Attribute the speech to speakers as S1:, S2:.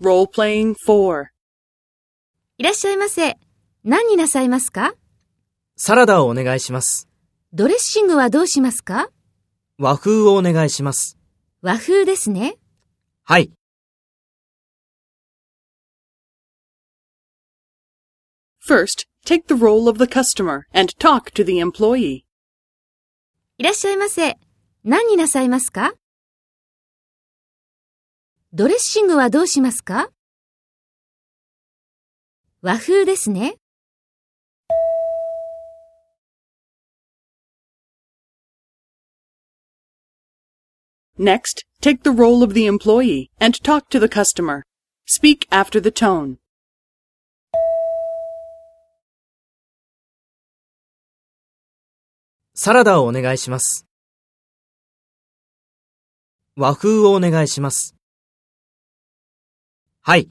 S1: Role playing 4.
S2: いらっしゃいませ。何になさいますか
S3: サラダをお願いします。
S2: ドレッシングはどうしますか
S3: 和風をお願いします。
S2: 和風ですね。
S3: はい。
S1: First, take the role of the customer and talk to the employee.
S2: いらっしゃいませ。何になさいますかドレッシングはどうしますか和風ですね。
S1: Next, take the role of the employee and talk to the customer. Speak after the tone.
S3: サラダをお願いします。和風をお願いします。はい。